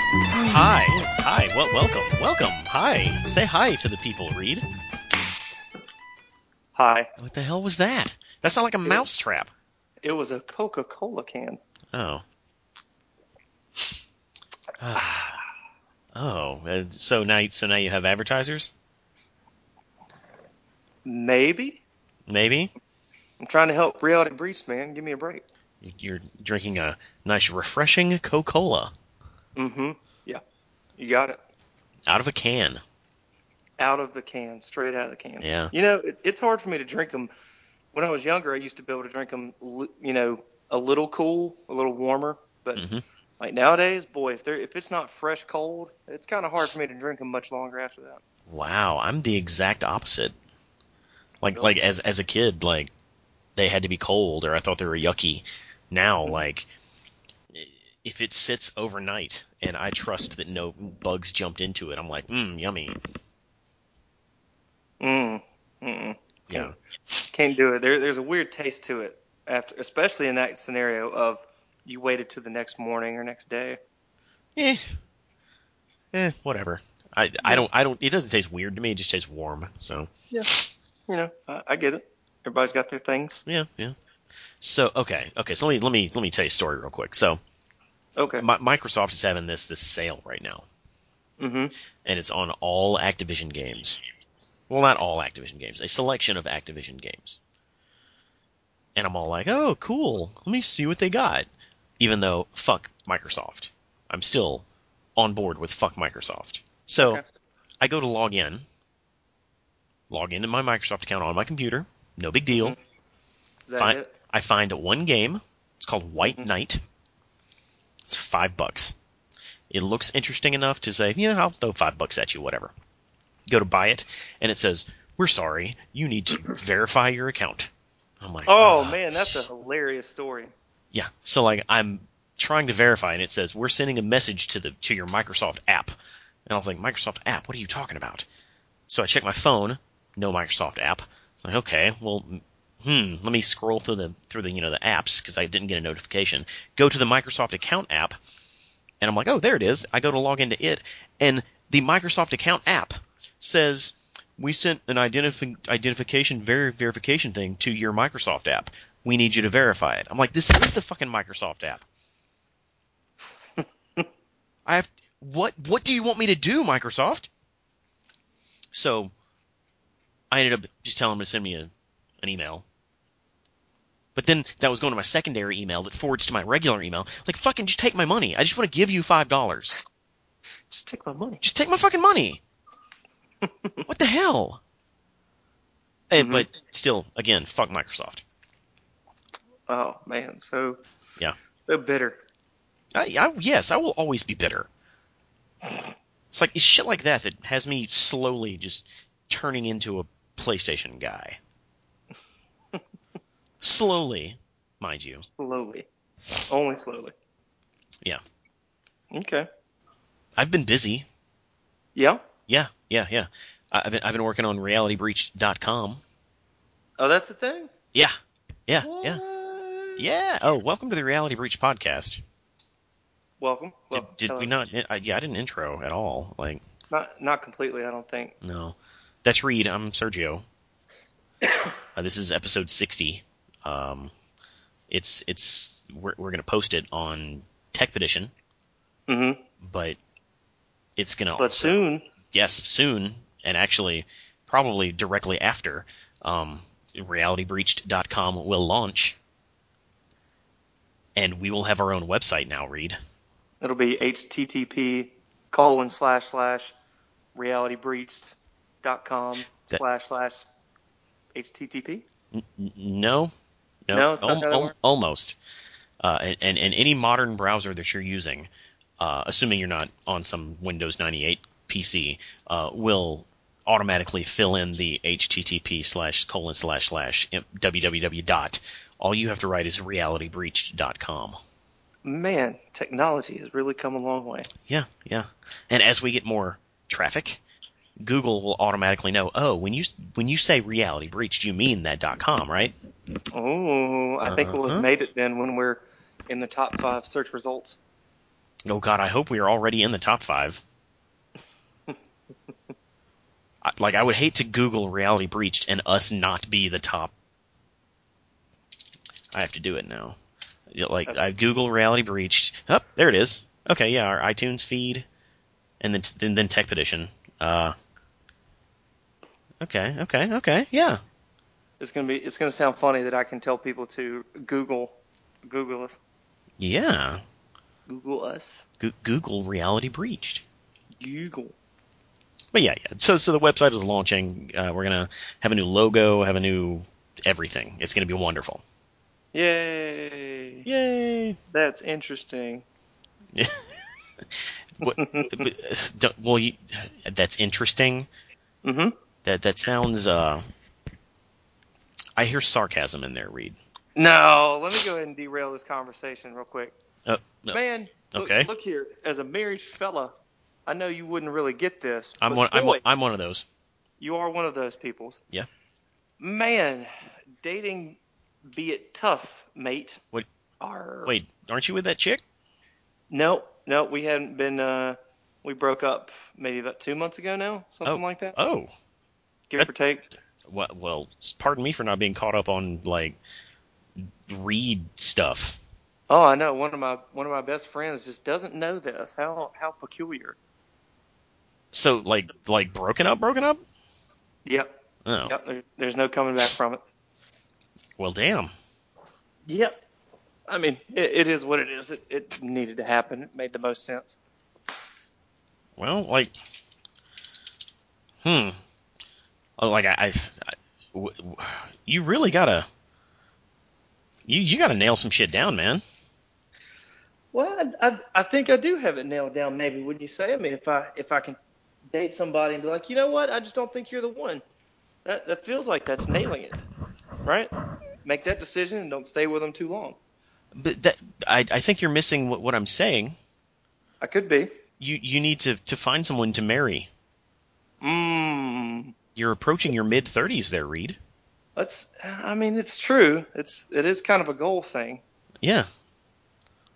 Hi. Hi. Well, welcome. Welcome. Hi. Say hi to the people, Reed. Hi. What the hell was that? That sounded like a mouse trap. It was a Coca Cola can. Oh. Ah. oh. uh, So now, so now you have advertisers? Maybe? Maybe I'm trying to help Reality Breach, man. Give me a break. you're drinking a nice, refreshing Coca-Cola Mm hmm. Yeah. You got it. out of a can. Out of the can, straight out of the can. Yeah. You know, it, it's hard for me to drink them. When I was younger, I used to be able to drink them, you know, a little cool, a little warmer. But Mhm. like nowadays, boy, if they're if it's not fresh cold, it's kind of hard for me to drink them much longer after that. Wow, I'm the exact opposite. Like Really? like as as a kid, like they had to be cold or I thought they were yucky. Now like if it sits overnight and I trust that no bugs jumped into it, I'm like, mmm, yummy. Mm. Mm. Yeah. Can't do it. There, there's a weird taste to it after, especially in that scenario of you waited till the next morning or next day. Eh. Eh, whatever. I I don't I don't it doesn't taste weird to me, it just tastes warm. So You know, I, I get it. Everybody's got their things. yeah, yeah. So okay, okay, so let me let me let me tell you a story real quick. So Okay. Mi- Microsoft is having this this sale right now. hmm and it's on all Activision games. Well, not all Activision games, a selection of Activision games. And I'm all like, oh, cool. Let me see what they got. Even though, fuck Microsoft. I'm still on board with fuck Microsoft. So Okay. I go to log in, log into my Microsoft account on my computer. No big deal. Is that Fi- it? I find one game. It's called White Mm-hmm. Knight. It's five bucks. It looks interesting enough to say, yeah, I'll throw five bucks at you, whatever. Go to buy it, and it says, "We're sorry, you need to verify your account." I'm like, Oh "Ugh." man, that's a hilarious story. yeah." So like, I'm trying to verify, and it says, "We're sending a message to the to your Microsoft app," and I was like, "Microsoft app? What are you talking about?" So I check my phone, no Microsoft app. It's like, okay, well, hmm, let me scroll through the through the you know the apps because I didn't get a notification. Go to the Microsoft account app, and I'm like, oh, there it is. I go to log into it, and the Microsoft account app says we sent an identif- identification ver- verification thing to your Microsoft app. We need you to verify it. I'm like, this is the fucking Microsoft app. I have what? What do you want me to do, Microsoft? So I ended up just telling them to send me a, an email. But then that was going to my secondary email that forwards to my regular email. Like, fucking just take my money. I just want to give you $5. Just take my money. Just take my fucking money. what the hell? And, Mhm. But still, again, fuck Microsoft. Oh man, so Yeah. so bitter. I, I, yes, I will always be bitter. It's like it's shit like that that has me slowly just turning into a PlayStation guy. slowly, mind you. Slowly, only slowly. Yeah. Okay. I've been busy. Yeah. Yeah, yeah, yeah. I- I've been, I've been working on realitybreach.com. Oh, that's the thing. Yeah, yeah, yeah, What? yeah. Oh, welcome to the Reality Breach podcast. Welcome. Did, Well, did hello. we not? I, yeah, I didn't intro at all. Like, Not not completely. I don't think. no. That's Reed. I'm Sergio. Uh, this is episode 60. Um, it's it's we're we're gonna post it on Techpedition, Mm-hmm. but it's gonna But also soon. yes soon and actually probably directly after um, realitybreached.com will launch and we will have our own website now reed It'll be http colon slash slash realitybreached.com That- slash slash http. N- no no, No, it's not how that works? almost uh, and, and, and any modern browser that you're using uh, assuming you're not on some windows 98 pc uh, will automatically fill in the http slash colon slash slash www dot all you have to write is realitybreached.com Man, technology has really come a long way. Yeah, yeah. And as we get more traffic, Google will automatically know. Oh, when you when you say reality breached, you mean that dot com, right? Oh, I think we'll Uh-huh. have made it then when we're in the top five search results. Oh God, I hope we are already in the top five. I- like I would hate to Google reality breached and us not be the top. I have to do it now. Yeah, Like I Google reality breached. Up oh, there it is. Okay, yeah, our iTunes feed, and then then, then Tech Petition. Uh, okay, okay, okay, yeah. It's gonna be. It's gonna sound funny that I can tell people to Google, Google us, Yeah. Google us, Goo Google reality breached. Google. But yeah, yeah. So so the website is launching. Uh, we're gonna have a new logo, have a new everything. It's gonna be wonderful. Yay! Yay! That's interesting. What, but, uh, don't- well, you, that's interesting. Mm-hmm. That that sounds. Uh, I hear sarcasm in there, Reed. No, let me go ahead and derail this conversation real quick. Uh, no, Man, look, Okay. look here. As a married fella, I know you wouldn't really get this. I'm but one. I'm, boy, one- I'm one of those. you are one of those peoples. Yeah. Man, dating be it tough, mate. Wait. Arr. Wait, aren't you with that chick? No, no, we hadn't been uh we broke up maybe about two months ago now, something Oh. like that. Oh, Give that- or take. well, well. Pardon me for not being caught up on like Reed stuff. Oh, I know. One of my one of my best friends just doesn't know this. How how peculiar. So like like broken up, broken up. Yep. Oh Yep. There, there's no coming back from it. well, damn. Yep. I mean, it, it is what it is. It, it needed to happen. It made the most sense. Well, like, hmm, Oh, like I, I've- I, w- w- you really gotta, you you gotta nail some shit down, man. Well, I, I, I think I do have it nailed down. Maybe would you say? I mean, if I if I can date somebody and be like, you know what, I just don't think you're the one. That that feels like that's nailing it, right? Make that decision and don't stay with them too long. But that I I think you're missing what, what I'm saying. I could be. You you need to to find someone to marry. Mmm. You're approaching your mid thirties there, Reed. Let's. I mean, it's true. It's it is kind of a goal thing. Yeah.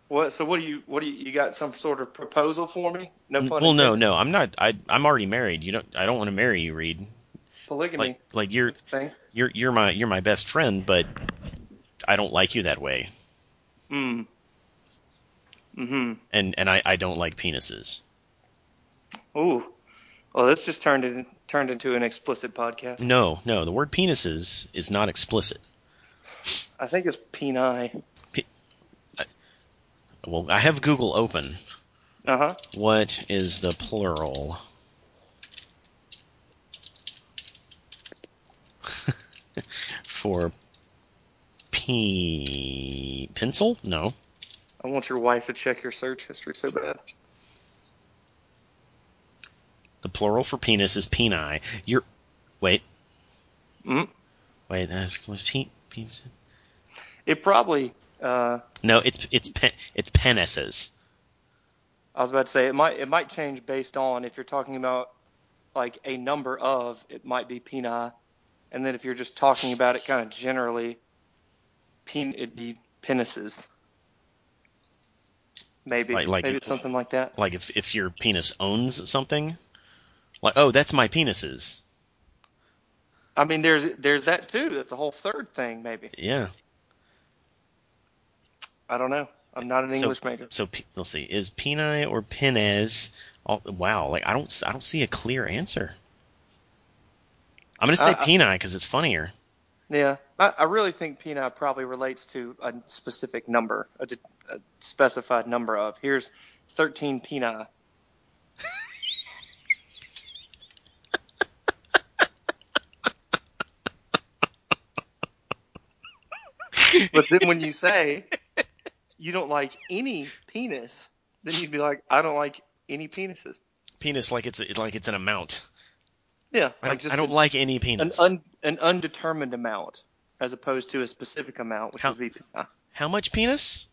What? So what do you what do you, you got? Some sort of proposal for me? No pun. Well, no, intended. no, I'm not. I I'm already married. You don't. I don't want to marry you, Reed. Polygamy Like like you're thing. you're you're my you're my best friend, but I don't like you that way, Mm. Hmm. and and I I don't like penises. Ooh. Well, this just turned in, turned into an explicit podcast. No, no, the word penises is not explicit. I think it's peni. Well, I have Google open. Uh huh. What is the plural? For pe pencil? No. I want your wife to check your search history so bad. The plural for penis is peni. You're wait, Mm. wait, uh, was pe- penis? It probably. Uh, No, it's it's pe- it's penises. I was about to say it might it might change based on if you're talking about like a number of it might be peni, and then if you're just talking about it kind of generally, pen it'd be penises. Maybe Like- like- maybe it's something like that. Like if if your penis owns something, like oh, that's my penises. I mean, there's there's that too. That's a whole third thing. Maybe Yeah. I don't know. I'm not an English so, major. So pe- let's see, is peni or penes? All, wow, like I don't, s- I don't see a clear answer. I'm gonna say I- I- peni because it's funnier. Yeah, I, I really think peni probably relates to a specific number, a, de- a specified number of. Here's 13 peni. But then when you say you don't like any penis, then you'd be like, I don't like any penises. Penis, like it's, it's like it's an amount. Yeah, I don't, like just I don't a- like any an penis. un, an undetermined amount as opposed to a specific amount, which How- would be ah, peni. How much penis?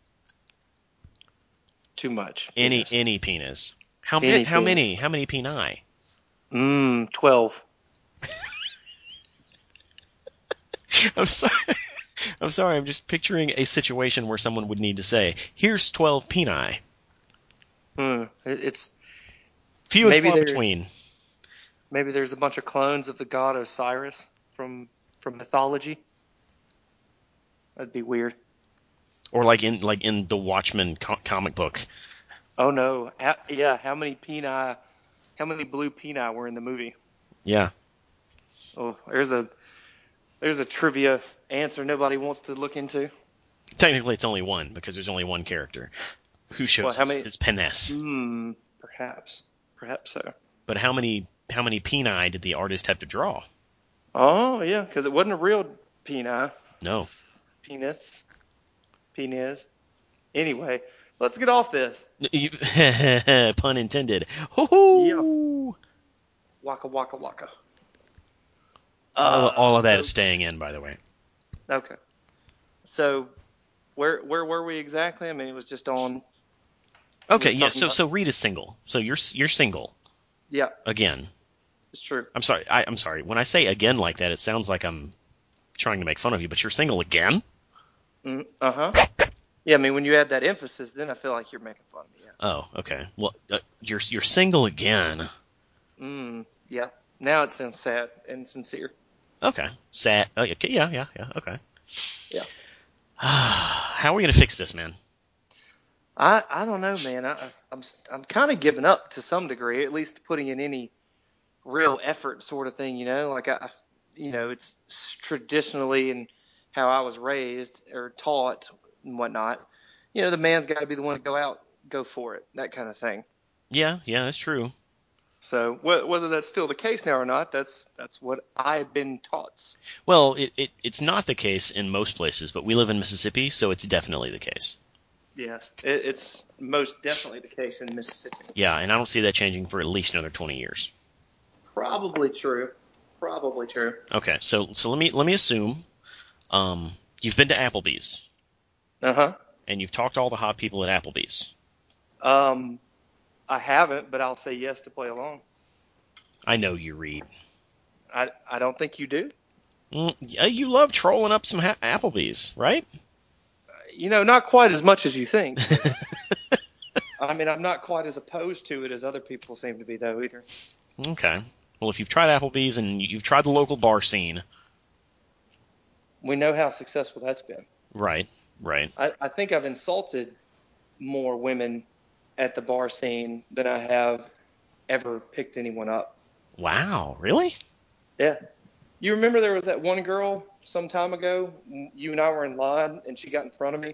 too much. Any, any penis. How Any many? How penis. many? How many peni? Mmm, 12. I'm sorry. I'm sorry. I'm just picturing a situation where someone would need to say, "Here's 12 peni." Hmm. It- It's Few and Maybe far they're- between. maybe there's a bunch of clones of the god Osiris from from mythology. That'd be weird. Or like in like in the Watchmen co- comic book. Oh no! How, yeah, how many peni? How many blue peni were in the movie? Yeah. Oh, there's a there's a trivia answer nobody wants to look into. Technically, it's only one because there's only one character who shows Well, how his, many- his finesse. Hmm. Perhaps. Perhaps so. But how many how many peni did the artist have to draw? Oh yeah, because it wasn't a real peni. No. Penis. Penis. Anyway, let's get off this. You- Pun intended. Hoo-hoo! Waka waka waka. all, all of that Uh, so- is staying in, by the way. Okay. So, where where were we exactly? I mean, it was just on. Okay, We're yeah. talking So about- so Reed is single. So you're s- you're single Yeah, again. it's true. I'm sorry. I, I'm sorry. When I say again like that, it sounds like I'm trying to make fun of you. But you're single again. Mm, uh huh. Yeah, I mean, when you add that emphasis, then I feel like you're making fun of me. Oh, okay. Well, uh, you're you're single again. Yeah. Mm, yeah. Now it sounds sad and sincere. Okay. Sad. Uh, okay, yeah, yeah, yeah. Okay. Yeah. How are we gonna fix this, man? I I don't know, man. I I- I'm s- I'm kind of giving up to some degree, at least putting in any real effort, sort of thing. You know, like I, I- you know, it's s- traditionally and how I was raised or taught and whatnot. You know, the man's got to be the one to go out, go for it, that kind of thing. Yeah, yeah, that's true. So wh- whether that's still the case now or not, that's that's what I've been taught. Well, it, it it's not the case in most places, but we live in Mississippi, so it's definitely the case. Yes, it, it's most definitely the case in Mississippi. Yeah, and I don't see that changing for at least another twenty years. Probably true. Probably true. Okay, so so let me let me assume, um, you've been to Applebee's Uh huh. and you've talked to all the hot people at Applebee's. Um, I haven't, but I'll say yes to play along. I know you read. I, I don't think you do. Mm, yeah, you love trolling up some ha- Applebee's, right? You know, not quite as much as you think. I mean, I'm not quite as opposed to it as other people seem to be, though, either. Okay. Well, if you've tried Applebee's and you've tried the local bar scene, We know how successful that's been. right, right. I, I think I've insulted more women at the bar scene than I have ever picked anyone up. Wow, really? Yeah. You remember there was that one girl some time ago? You and I were in line, and she got in front of me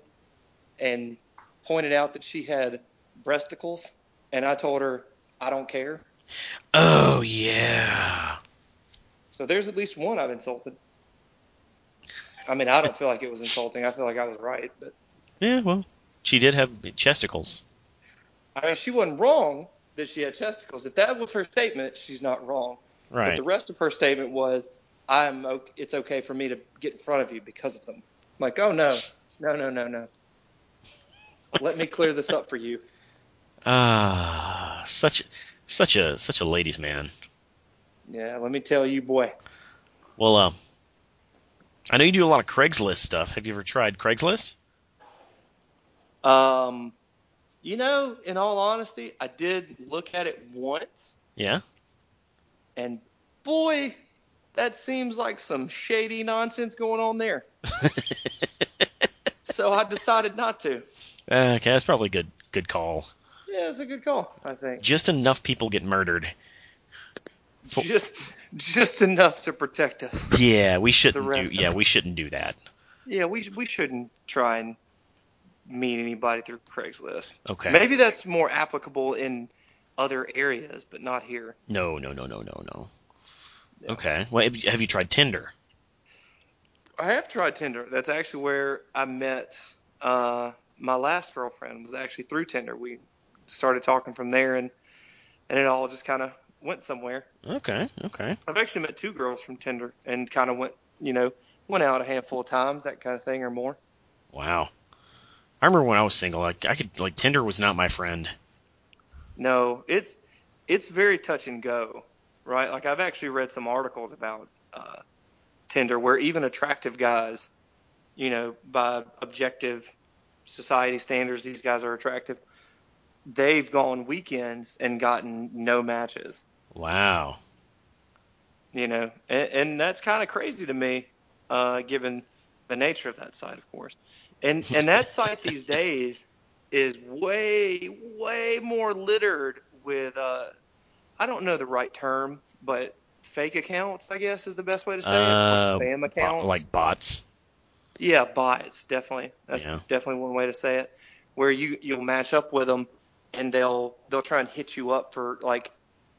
and pointed out that she had breasticles, and I told her I don't care. Oh yeah. So there's at least one I've insulted. I mean, I don't feel like it was insulting. I feel like I was right, but Yeah, well, she did have chesticles. I mean, she wasn't wrong that she had testicles. If that was her statement, she's not wrong. But Right. the rest of her statement was, "I'm o- it's okay for me to get in front of you because of them." I'm like, oh no, no, no, no, no. Let me clear this up for you. Ah, such such a such a ladies man. Yeah, let me tell you, boy. Well, uh, I know you do a lot of Craigslist stuff. Have you ever tried Craigslist? Um, you know, in all honesty, I did look at it once, Yeah. and boy, that seems like some shady nonsense going on there. so I decided not to. Uh, okay, that's probably a good good call. Yeah, it's a good call, I think. Just enough people get murdered. For- Just, just enough to protect us. Yeah, we shouldn't do. rest of Yeah, it. we shouldn't do that. Yeah, we we shouldn't try and meet anybody through Craigslist. Okay. Maybe that's more applicable in other areas, but not here. No, no, no, no, no, no. Okay. Well, have you- have you tried Tinder? I have tried Tinder. That's actually where I met uh, my last girlfriend. Was actually through Tinder. We started talking from there, and and it all just kind of went somewhere. Okay. Okay. I've actually met two girls from Tinder, and kind of went you know went out a handful of times, that kind of thing, or more. Wow. I remember when I was single. Like I could like Tinder was not my friend. No, it's it's very touch and go, right? Like I've actually read some articles about uh, Tinder where even attractive guys, you know, by objective society standards, these guys are attractive. they've gone weekends and gotten no matches. Wow. You know, and, and that's kind of crazy to me, uh, given the nature of that site, of course. And and that site these days is way way more littered with uh, I don't know the right term, but fake accounts, I guess, is the best way to say Uh, it. Or spam bo- accounts, like bots. yeah, bots, definitely. That's Yeah. definitely one way to say it. Where you you'll match up with them, and they'll they'll try and hit you up for like,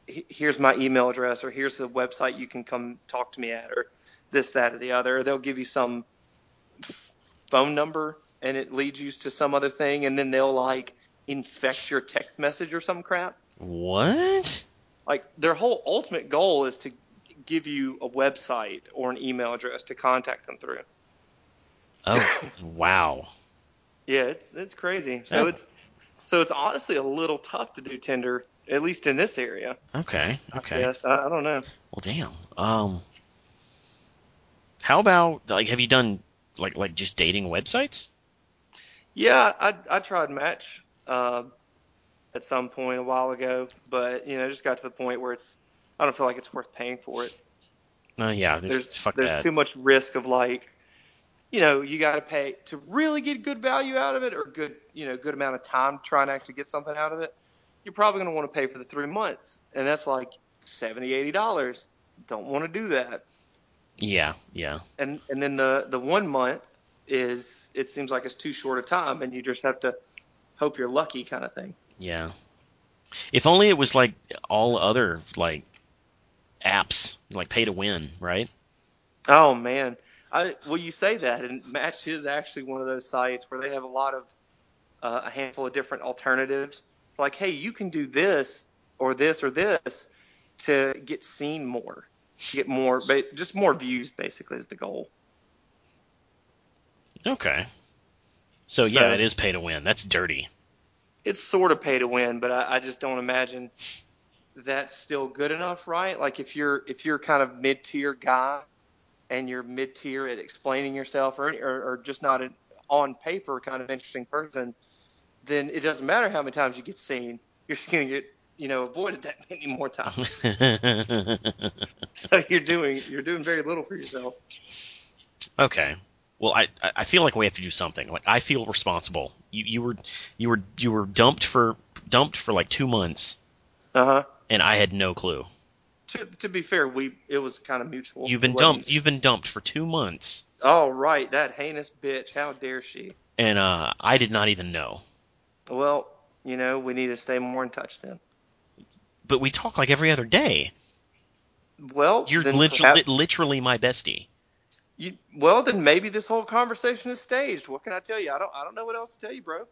"He- here's my email address, or here's the website you can come talk to me at, or this, that, or the other. They'll give you some f- phone number, and it leads you to some other thing, and then they'll like infect your text message or some crap. What? Like their whole ultimate goal is to give you a website or an email address to contact them through. Oh, wow. Yeah, it's it's crazy. So Yeah. it's so it's honestly a little tough to do Tinder, at least in this area. Okay. Okay. Yes, I, I don't know. Well, damn. Um, how about like have you done like like just dating websites? Yeah, I I tried Match uh, at some point a while ago, but you know, just got to the point where it's I don't feel like it's worth paying for it. No, yeah. There's, There's fuck there's that. too much risk of like, you know, you got to pay to really get good value out of it or good you know good amount of time trying to actually get something out of it. You're probably going to want to pay for the three months, and that's like seventy eighty dollars. Don't want to do that. yeah, yeah. and and then the the one month is it seems like it's too short a time and you just have to hope you're lucky kind of thing Yeah. If only it was like all other like apps, like pay to win, right? oh man i well you say that and match is actually one of those sites where they have a lot of uh, a handful of different alternatives like hey you can do this or this or this to get seen more to get more ba- just more views basically is the goal Okay. So, So- yeah, it is pay to win. That's dirty. it's sort of pay to win, but I, I just don't imagine that's still good enough, right? Like if you're if you're kind of mid tier guy and you're mid tier at explaining yourself, or or, or just not an on paper kind of interesting person, then it doesn't matter how many times you get seen, you're just gonna get you know avoided that many more times. so you're doing you're doing very little for yourself. okay. Well, I I I feel like we have to do something. Like I feel responsible. You you were you were you were dumped for dumped for like 2 months Uh huh. and I had no clue. To, to be fair, we it was kind of mutual. You've It been wasn't- dumped. You've been dumped for 2 months. Oh right, that heinous bitch! How dare she? and uh, I did not even know. Well, you know, we need to stay more in touch then. But we talk like every other day. Well, You're then literally, perhaps literally my bestie. you, well, then maybe this whole conversation is staged. What can I tell you? I don't, I don't know what else to tell you, bro.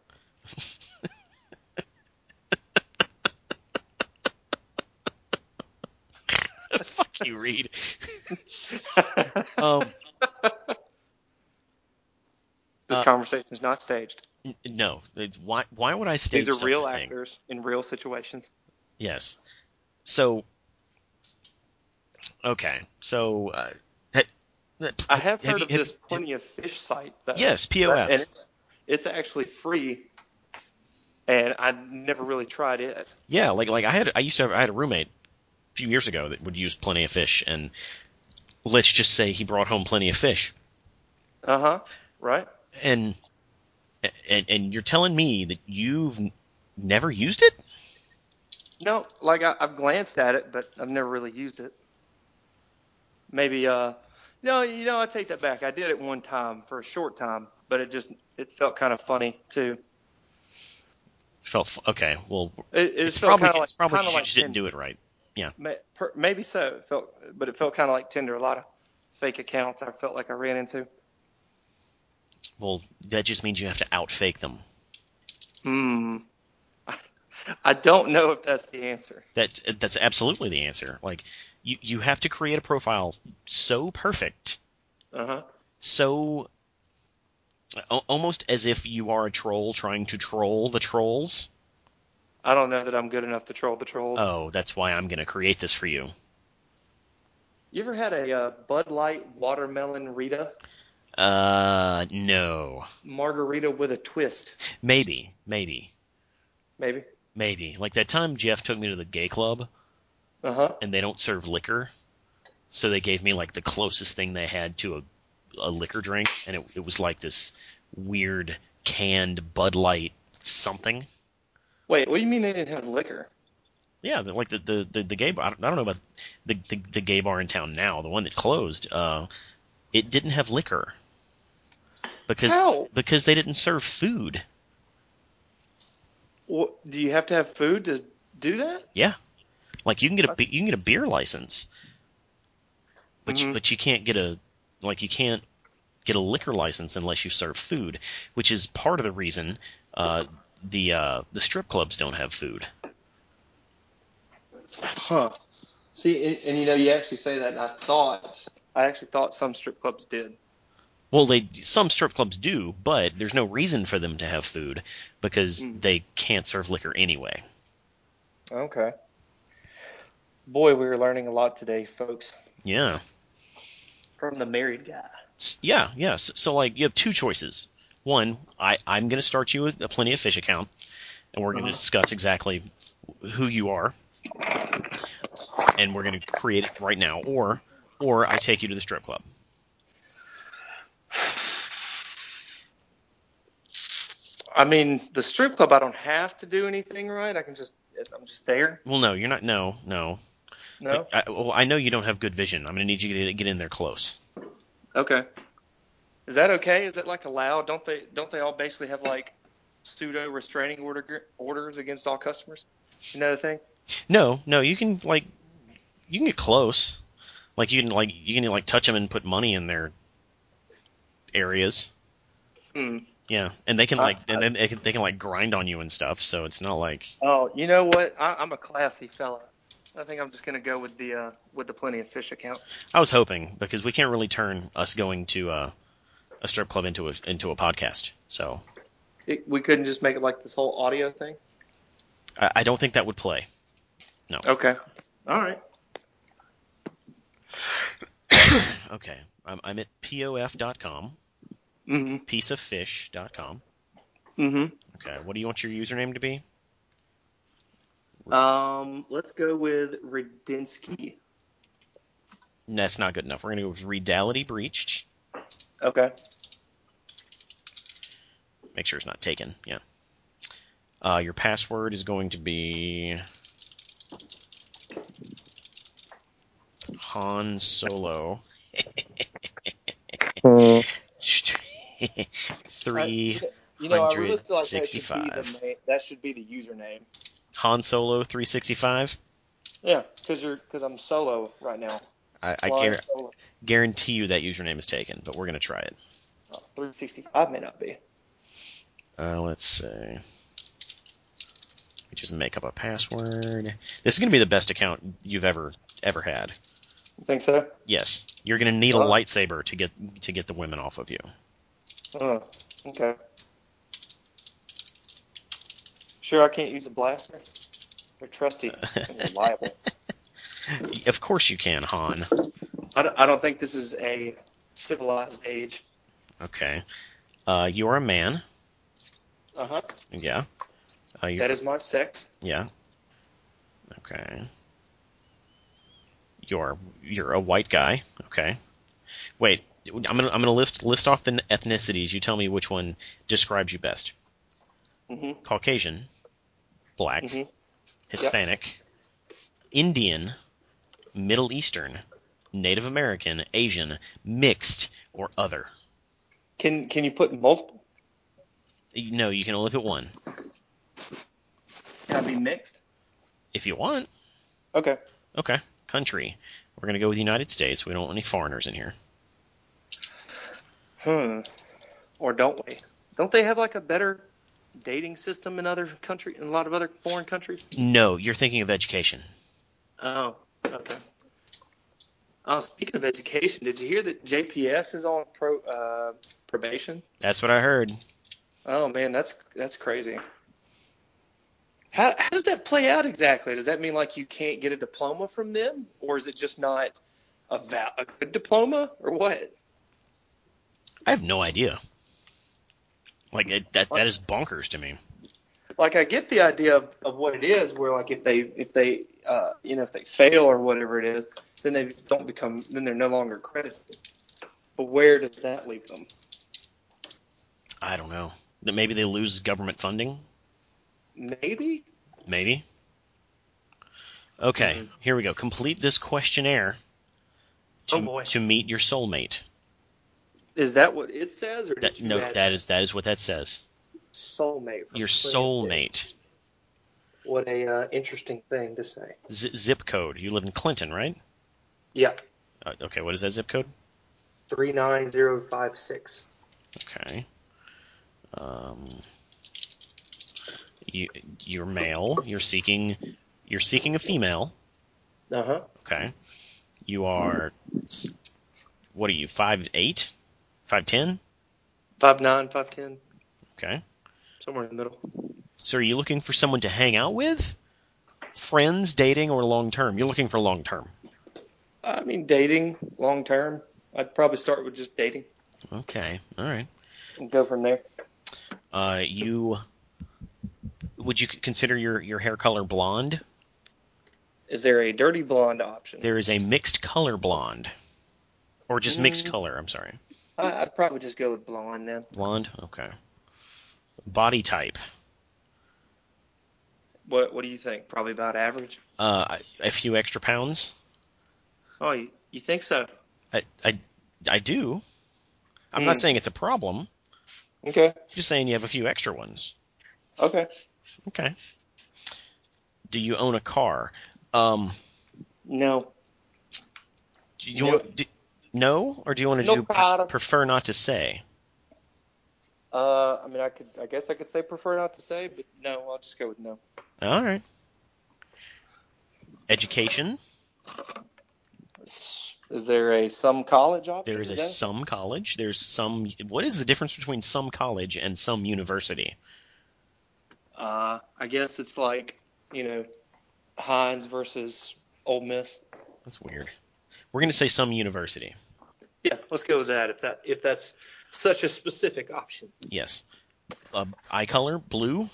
Fuck you, Reed. um, This Uh, conversation is not staged. n- no, It's- why? Why would I stage These are such real a thing? actors in real situations. Yes. So, okay. So, uh, ha- I have Uh, Have heard you- of have- this plenty of fish site though. yes, POF. and it's it's actually free, and I never really tried it. Yeah, like like I had I used to have, I had a roommate a few years ago that would use plenty of fish, and let's just say he brought home plenty of fish. Uh huh. Right. and and and you're telling me that you've n- never used it? No, like I, I've glanced at it, but I've never really used it. Maybe, uh, no, you know, I take that back. I did it one time for a short time, but it just it felt kind of funny too. Felt f- okay. Well, It, it it's felt probably kind of it's like, probably kind of you like just didn't Tinder. do it right. Ma- per- Maybe so. It felt, but it felt kind of like Tinder. A lot of fake accounts I felt like I ran into. Well, that just means you have to outfake them. Hmm. I don't know if that's the answer. That that's absolutely the answer. Like you you have to create a profile so perfect, Uh huh. so al- almost as if you are a troll trying to troll the trolls. I don't know that I'm good enough to troll the trolls. Oh, that's why I'm going to create this for you. you ever had a uh, Bud Light watermelon Rita Uh, no. margarita with a twist? Maybe, maybe. Maybe. Maybe like that time Jeff took me to the gay club Uh huh. and they don't serve liquor, so they gave me like the closest thing they had to a a liquor drink, and it, it was like this weird canned Bud Light something. Wait, what do you mean they didn't have liquor? Yeah, the, like the, the, the, the gay bar. I don't, I don't know about the, the the gay bar in town now. The one that closed. Uh, it didn't have liquor because How? because they didn't serve food. Wha do you have to have food to do that? Yeah, like you can get a be- you can get a beer license, but you, Mhm. but you can't get a like you can't get a liquor license unless you serve food, which is part of the reason uh, the uh, the strip clubs don't have food. Huh. See, and, and you know, you actually say that, and I thought, I actually thought some strip clubs did. Well, they some strip clubs do, but there's no reason for them to have food because Mm. they can't serve liquor anyway. Okay. Boy, we were learning a lot today, folks, Yeah. from the married guy. S- Yeah, yeah. So, so like you have two choices. One, I I'm going to start you a, a plenty of fish account, and we're going to discuss exactly who you are, and we're going to create it right now. Or or I take you to the strip club. I mean, the strip club, I don't have to do anything right. I can just, I'm just there. Well, no, you're not. No, no. No? I, well, I know you don't have good vision. I'm going to need you to get in there close. Okay. Is that okay? Is that like allowed? Don't they, don't they all basically have like pseudo restraining order gr- orders against all customers? You know the thing? No, no, you can like you can get close. Like you can like you can like touch them and put money in their areas. Hmm. Yeah, and they can Uh, like and then they can, they can like grind on you and stuff. So it's not like Oh, you know what? I, I'm a classy fella. I think I'm just gonna go with the uh, with the plenty of fish account. I was hoping because we can't really turn us going to uh, a strip club into a into a podcast. So It, we couldn't just make it like this whole audio thing. I, I don't think that would play. Okay. All right. Okay, I'm, I'm at pof.com, Mm-hmm. pieceoffish.com. Mm-hmm. Okay, what do you want your username to be? Um, let's go with Radinsky. That's not good enough. We're gonna go with Redality Breached. Okay. Make sure it's not taken. Yeah. Uh, your password is going to be Han Solo. Three Uh, You know, I really feel like that should, be 365. the ma- that should be the username. Han Solo 365. Yeah, because you're because I'm solo right now. I, I Flying guar- solo. guarantee you that username is taken, but we're gonna try it. 365 may not be. Uh, let's say. We just make up a password. This is gonna be the best account you've ever ever had. You think so? Yes, you're gonna need a Oh. lightsaber to get to get the women off of you. Uh, okay. Sure, I can't use a blaster. They're trusty and reliable. Of course you can, Han. I don't, I don't think this is a civilized age. Okay. Uh, you're a man. Uh huh. Yeah. Uh, you're, That is my sex. yeah. Okay. You're you're a white guy. Okay. Wait, I'm gonna I'm gonna list list off the ethnicities. You tell me which one describes you best. Mhm. Caucasian, black, Mhm. Hispanic, Indian, Middle Eastern, Native American, Asian, mixed, or other. Can can you put multiple? No, you can only put one Can I be mixed? if you want. Okay. Okay. Country. We're going to go with the United States. We don't want any foreigners in here. Hmm. Or don't we? Don't they have like a better dating system in other country in a lot of other foreign countries? No, you're thinking of education. Oh. Okay. Uh, speaking of education, did you hear that JPS is on pro uh, probation? That's what I heard. Oh man, that's that's crazy. How how does that play out exactly? Does that mean like you can't get a diploma from them, or is it just not a, val- a good diploma, or what? I have no idea. Like it, that that is bonkers to me. like I get the idea of, of what it is, where like if they if they uh, you know if they fail or whatever it is, then they don't become then they're no longer credited. But where does that leave them? I don't know. That Maybe they lose government funding. Maybe Maybe. Mm-hmm. Okay, here we go. Complete this questionnaire to, Oh, boy. to meet your soulmate. is that what it says, or did That, you no, add that is that is what that says. soulmate? from Your Clinton? soulmate. What a uh, interesting thing to say. Z- zip code. You live in Clinton, right? Yeah, Uh, okay, what is that zip code? three nine zero five six. Okay. Um, you, you're male. You're seeking. You're seeking a female. Uh huh. Okay. You are. s- What are you? Five eight, five ten. Five nine, five ten, Okay. somewhere in the middle. So are you looking for someone to hang out with? Friends, dating, or long term? You're looking for long term. I mean, dating long term. I'd probably start with just dating Okay. All right. and go from there. Uh, you. Would you c- consider your, your hair color blonde? Is there a dirty blonde option? There is a mixed color blonde. Or just mixed color, I'm sorry. I, I'd probably just go with blonde then. Blonde? Okay. Body type. What What do you think? Probably about average. Uh, a few extra pounds? Oh, you, you think so? I, I, I do. I'm not Hmm. saying it's a problem. Okay. Just saying you have a few extra ones. Okay. Okay. Do you own a car? Um, No. do you No. want, do, no, or do you want to No do car. prefer not to say? Uh, I mean, I could. I guess I could say prefer not to say, but no, I'll just go with no. All right. Education. Is there a some college option? There is a that- some college. There's some. What is the difference between some college and some university? Uh, I guess it's like you know, Hines versus Ole Miss. That's weird. We're going to say some university. Yeah, let's go with that. If that if that's such a specific option. Yes. Uh, eye color blue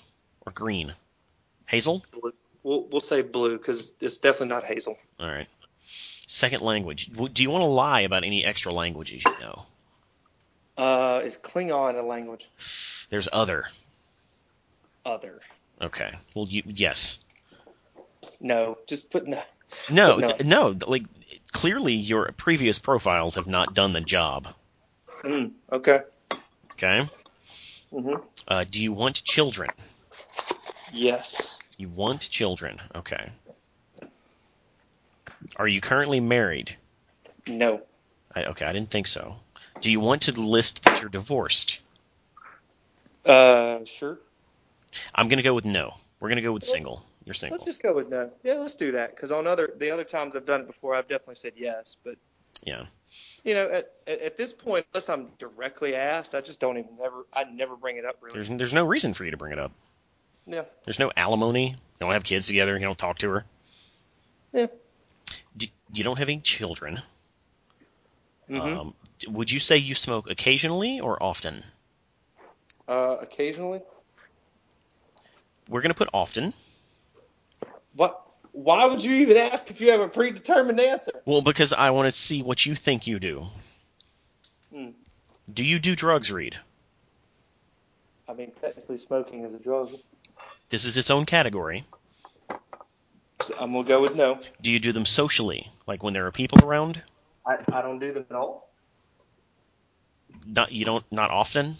or green? Hazel. We'll we'll say blue because it's definitely not hazel. All right. Second language. W- Do you want to lie about any extra languages you know? Uh, is Klingon a language? There's other. Other. Okay. Well, you yes. No, just put no. No, No. d- no. Like clearly, your previous profiles have not done the job. Mm, okay. Okay. hmm Uh, do you want children? Yes. You want children. Okay. Are you currently married? No. I, okay, I didn't think so. Do you want to list that you're divorced? Uh, sure. I'm going to go with no. We're going to go with single. You're Let's single. just go with no. Yeah, let's do that. Because on other the other times I've done it before, I've definitely said yes. But Yeah. you know, at, at, at this point, unless I'm directly asked, I just don't even never I never bring it up really. There's there's no reason for you to bring it up. yeah, There's no alimony. You don't have kids together. You don't talk to her. yeah. Do, you don't have any children. hmm Um, d- would you say you smoke occasionally or often? uh, occasionally. We're going to put often. What? Why would you even ask if you have a predetermined answer? Well, because I want to see what you think you do. Hmm. Do you do drugs, Reed? I mean, technically, smoking is a drug. This is its own category. So I'm gonna go with no. Do you do them socially, like when there are people around? I, I don't do them at all. Not you don't not often.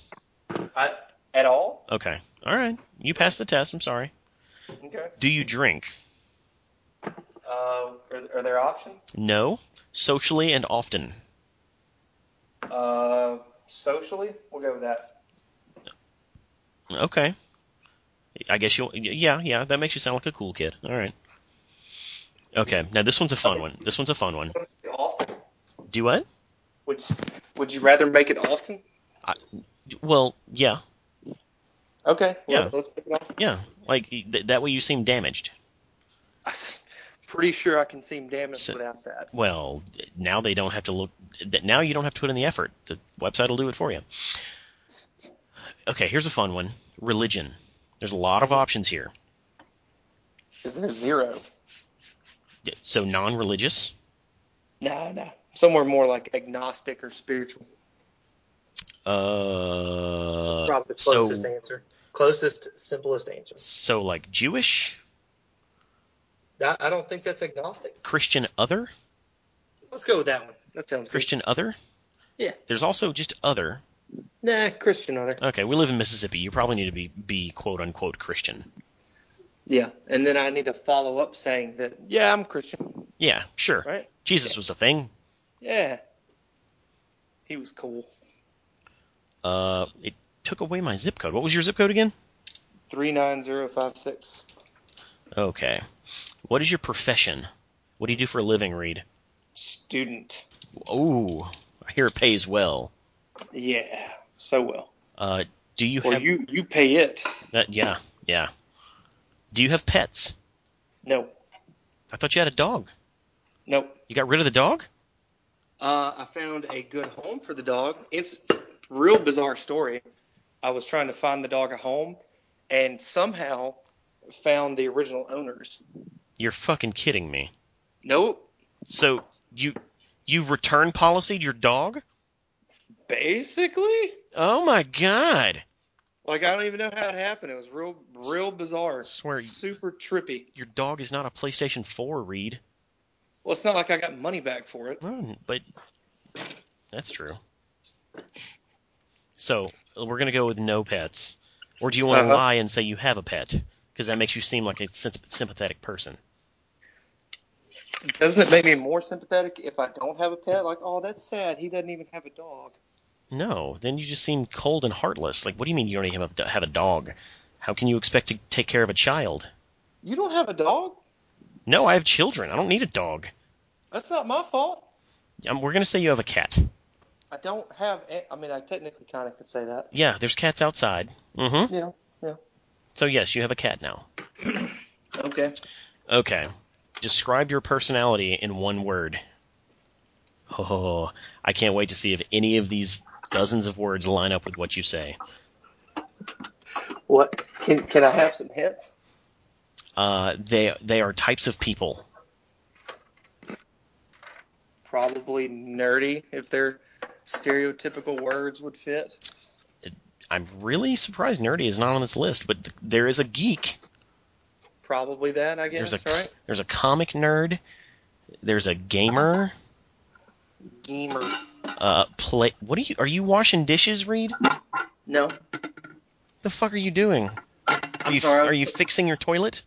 I at all. Okay, all right. You passed the test. I'm sorry. Okay. Do you drink? Uh, are, are there options? No. Socially and often. Uh, socially, we'll go with that. Okay. I guess you. Yeah, yeah. That makes you sound like a cool kid. All right. Okay. Now this one's a fun one. This one's a fun one. Often. Do what? Would Would you rather make it often? Well, yeah, Okay. Yeah. Let's make it often. yeah. Like th- that way you seem damaged. I s- pretty sure I can seem damaged So- without that. Well, now they don't have to look. th- Now you don't have to put in the effort. The website will do it for you. Okay. Here's a fun one. Religion. There's a lot of options here. Is there zero? So non-religious. No, no. Somewhere more like agnostic or spiritual. Uh, Probably the so closest answer. Closest, simplest answer. so like Jewish, I, I don't think that's agnostic. Christian, other, Let's go with that one. That sounds good. Christian, other. Yeah. There's also just other. Nah, Christian other. Okay, we live in Mississippi. You probably need to be be quote unquote Christian. Yeah, and then I need to follow up saying that yeah, I'm Christian. Yeah, sure. Right? Jesus was a thing. Yeah. He was cool. Uh, it took away my zip code. What was your zip code again? Three nine zero five six. Okay. What is your profession? What do you do for a living, Reed? Student. Ooh, I hear it pays well. Yeah. So well. Uh, do you Well have you you pay it. that? Yeah, yeah. Do you have pets? No. I thought you had a dog. No. You got rid of the dog? Uh, I found a good home for the dog. It's a real bizarre story. I was trying to find the dog a home and somehow found the original owners. You're fucking kidding me. Nope. So you you return policyed your dog? Basically? Oh my god! Like I don't even know how it happened. It was real real bizarre. Swear- super trippy. Your dog is not a PlayStation 4, Reed. Well, it's not like I got money back for it. Well, but that's true. So we're gonna go with no pets, or do you want to Uh-huh. lie and say you have a pet? Because that makes you seem like a symp- sympathetic person. Doesn't it make me more sympathetic if I don't have a pet? Like, oh, that's sad. He doesn't even have a dog. No, then you just seem cold and heartless. Like, what do you mean you don't even have a, have a dog? How can you expect to take care of a child? You don't have a dog? No, I have children. I don't need a dog. That's not my fault. Um, we're gonna say you have a cat. I don't have. A- I mean, I technically kind of could say that. Yeah, there's cats outside. Mm-hmm. Yeah. So yes, you have a cat now. Okay. Okay. Describe your personality in one word. Oh, I can't wait to see if any of these dozens of words line up with what you say. What? Can Can I have some hints? Uh, they they are types of people. Probably nerdy, if their stereotypical words would fit. I'm really surprised nerdy is not on this list, but th- there is a geek. Probably that, I guess. There's a Right? there's a comic nerd. There's a gamer. Gamer. Uh, play. What are you? Are you washing dishes, Reed? No. The fuck are you doing? Are you, sorry, I are you fixing your toilet?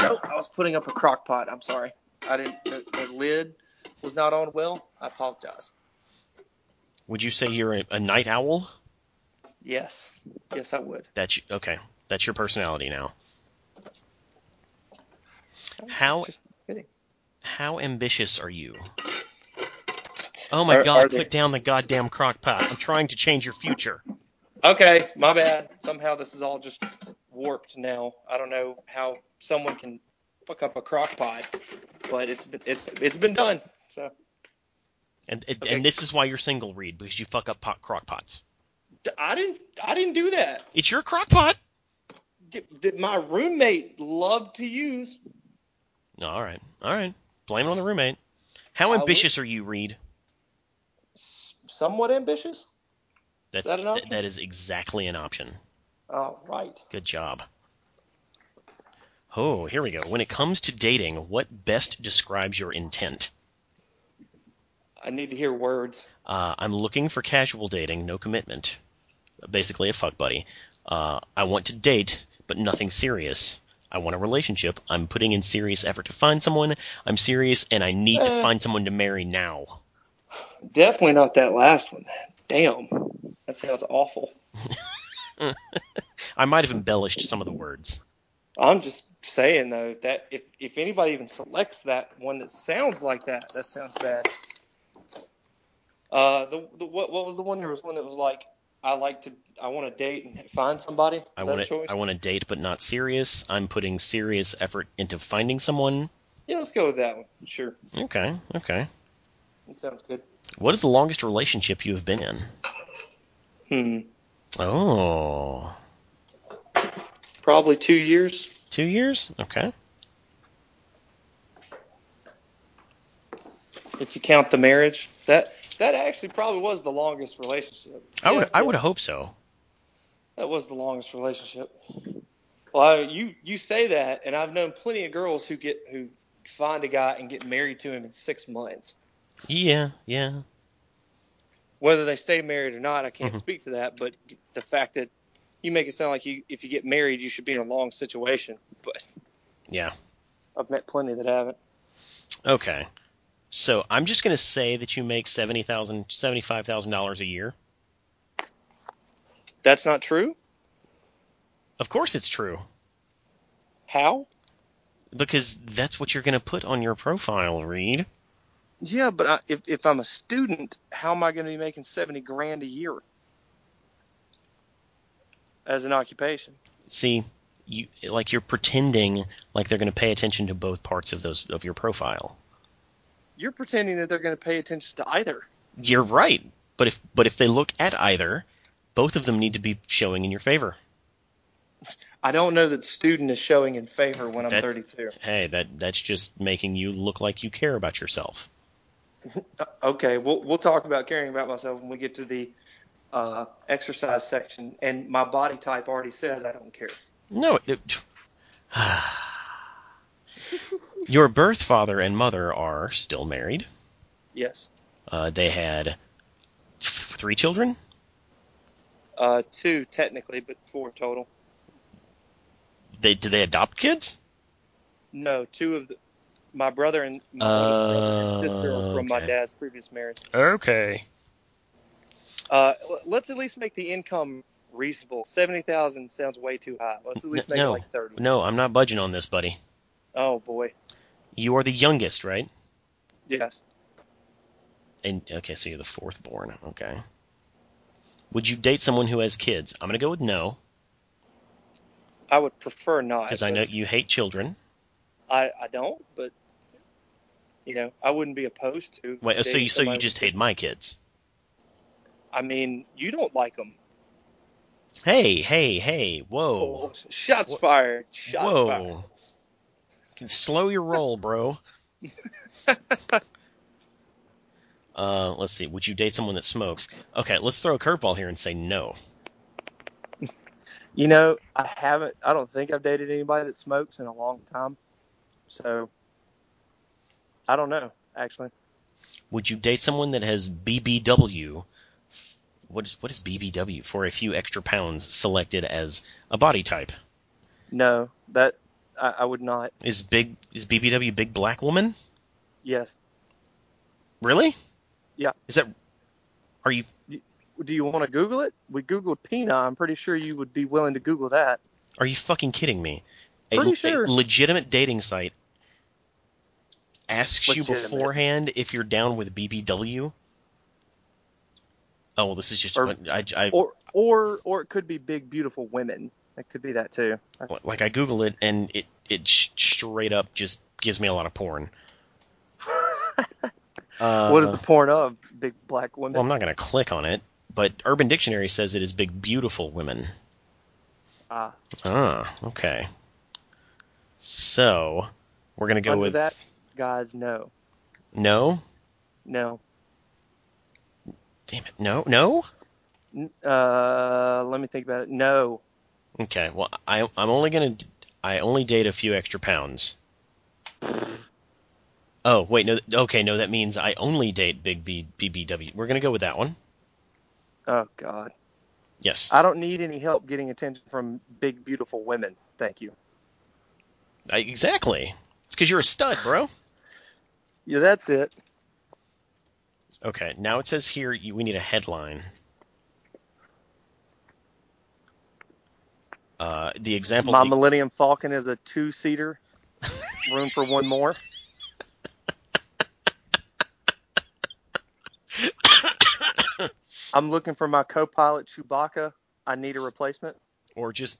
No, I was putting up a crock pot. I'm sorry. I didn't. The, the lid was not on well. I apologize. Would you say you're a, a night owl? Yes. Yes, I would. That's y- okay. That's your personality now. How kidding. how ambitious are you? Oh my Are- god, are they- put down the goddamn crock pot. I'm trying to change your future. Okay, my bad. Somehow this is all just warped now. I don't know how someone can fuck up a crock pot, but it's been, it's it's been done. So And and, Okay. and this is why you're single, Reed, because you fuck up pot, crock pots. D- I didn't I didn't do that. It's your crock pot. D- That my roommate loved to use. All right. All right. Blame it on the roommate. How I would- ambitious are you, Reed? S- Somewhat ambitious. That's that an option? that is exactly an option. All Oh, right. Good job. Oh, here we go. When it comes to dating, what best describes your intent? I need to hear words. Uh, I'm looking for casual dating, no commitment. Basically, a fuck buddy. Uh, I want to date, but nothing serious. I want a relationship. I'm putting in serious effort to find someone. I'm serious, and I need to Uh. find someone to marry now. Definitely not that last one. Damn. That sounds awful. I might have embellished some of the words. I'm just saying though that if, if anybody even selects that one that sounds like that, that sounds bad. Uh, the, the what what was the one? There was one that was like, I like to, I want to date and find somebody. Is I that want a choice? to. I want to date, but not serious. I'm putting serious effort into finding someone. yeah, let's go with that one. Sure, Okay, okay. it sounds good. What is the longest relationship you have been in? Hmm, Oh, Probably two years. Two years? Okay. if you count the marriage. That that actually probably was the longest relationship. I would Yeah, I would hope so. That was the longest relationship. Well, I, you you say that, and I've known plenty of girls who get who find a guy and get married to him in six months. Yeah, yeah. Whether they stay married or not, I can't Mhm. speak to that. But the fact that you make it sound like you if you get married, you should be in a long situation. But Yeah. I've met plenty that haven't. Okay. So I'm just gonna say that you make seventy thousand seventy five thousand dollars a year. That's not true. Of course it's true. How? Because that's what you're gonna put on your profile, Reed. Yeah, but I, if if I'm a student, how am I going to be making seventy grand a year as an occupation? See, you like you're pretending like they're gonna pay attention to both parts of those of your profile. You're pretending that they're going to pay attention to either. You're right. But if but if they look at either, both of them need to be showing in your favor. I don't know that student is showing in favor when I'm That's- 32. Hey, that that's just making you look like you care about yourself. Uh, Okay, we'll we'll talk about caring about myself when we get to the uh, exercise section. And my body type already says I don't care. No. It, your birth father and mother are still married. Yes. Uh, they had f- three children. Uh, two technically, but four total. They did they adopt kids? No, two of the, my brother and my oldest brother and Oh, sister are from my okay. dad's previous marriage. Okay. Uh, l- let's at least make the income reasonable. Seventy thousand sounds way too high. Let's at least N- make no. it like thirty. No, I'm not budging on this, buddy. Oh boy, You are the youngest, right? yes. And okay, so you're the fourth born. Okay. Would you date someone who has kids? I'm gonna go with no, I would prefer not because I know but you hate children. I, I don't, but you know, I wouldn't be opposed to. Wait, so you dating so you somebody- just hate my kids? I mean, you don't like them. Hey, hey, hey! Whoa. Oh, shots Wha- fired. Shots fired. Whoa. Can slow your roll, bro. uh, let's see. Would you date someone that smokes? Okay, let's throw a curveball here and say no. You know, I haven't. I don't think I've dated anybody that smokes in a long time, so I don't know. Actually, Would you date someone that has BBW? What is, what is BBW? For a few extra pounds selected as a body type. no. That I, I would not. Is big is BBW big black woman? Yes. Really? Yeah. Is that are you Do you want to Google it? We Googled Pina. I'm pretty sure you would be willing to Google that. Are you fucking kidding me? Pretty a, sure. a legitimate dating site asks Legitimate. you beforehand if you're down with BBW. Oh well, this is just Or- I, I- Or or or it could be Big Beautiful Women. It could be that too. like I Google it and it it sh- straight up just gives me a lot of porn. Uh, what is the porn of Big Black Women? well, I'm not gonna click on it, but Urban Dictionary says it is big beautiful women. Ah. Ah, okay. So we're gonna go Under with that- Guys, no, no. no. Damn it. No, no? N- Uh, let me think about it. No, Okay. Well, I, I'm only going to. I only date a few extra pounds. Oh, wait. No. Okay. No, that means I only date big B, BBW. We're going to go with that one. oh God, Yes. I don't need any help getting attention from Big Beautiful Women. Thank you. I, exactly. It's because you're a stud, bro. Yeah, that's it. Okay. Now it says here you, we need a headline. Uh, the example. My Millennium Falcon is a two-seater, room for one more. I'm looking for my co-pilot Chewbacca. I need a replacement. or just.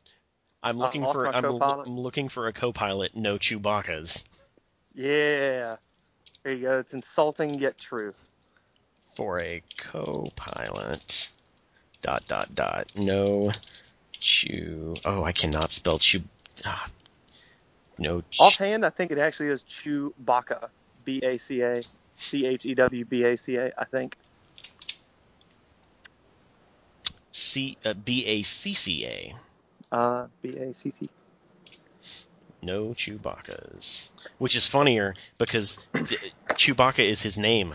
I'm looking lost for my I'm, co-pilot. I'm looking for a co-pilot, no Chewbacca's. Yeah, there you go. It's insulting yet true. for a co-pilot dot dot dot no Chew. Oh, I cannot spell chew. Ah, no. Ch- Offhand, I think it actually is Chewbacca. B A C A C H E W B A C A, I think. C uh, B A C C A. Uh, B A C C. No Chewbacca's. Which is funnier because th- Chewbacca is his name.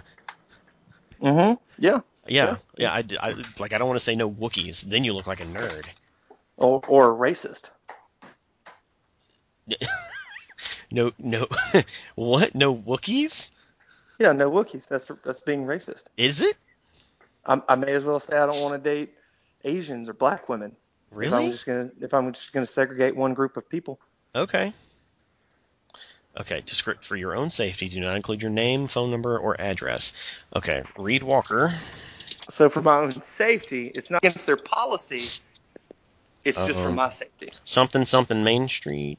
Mm hmm. Yeah. Yeah, yeah. I, d- I- like. I don't want to say no Wookiees. Then you look like a nerd. Or, or racist. No, no. what? No Wookiees? Yeah, no Wookiees. That's, that's being racist. Is it I, I may as well say I don't want to date Asians or black women. If I'm really? just gonna if I'm just gonna segregate one group of people. Okay. Okay, descript for your own safety. Do not include your name, phone number, or address. Okay, Reed Walker. So for my own safety, it's not against their policy. It's just for Uh-oh. my safety. Something, something, Main Street.